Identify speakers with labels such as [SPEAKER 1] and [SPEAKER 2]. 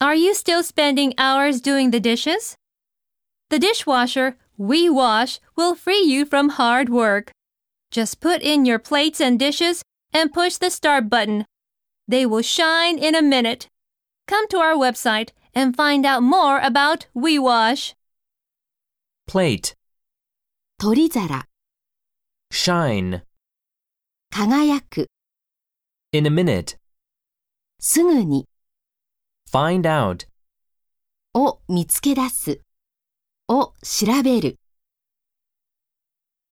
[SPEAKER 1] Are you still spending hours doing the dishes? The dishwasher, We Wash, will free you from hard work. Just put in your plates and dishes and push the start button. They will shine in a minute. Come to our website and find out more about We Wash.
[SPEAKER 2] plate,
[SPEAKER 3] 取り皿、
[SPEAKER 2] shine,
[SPEAKER 3] 輝く、
[SPEAKER 2] in a minute,
[SPEAKER 3] すぐに、
[SPEAKER 2] find out.
[SPEAKER 3] を見つけ出す、を調べる。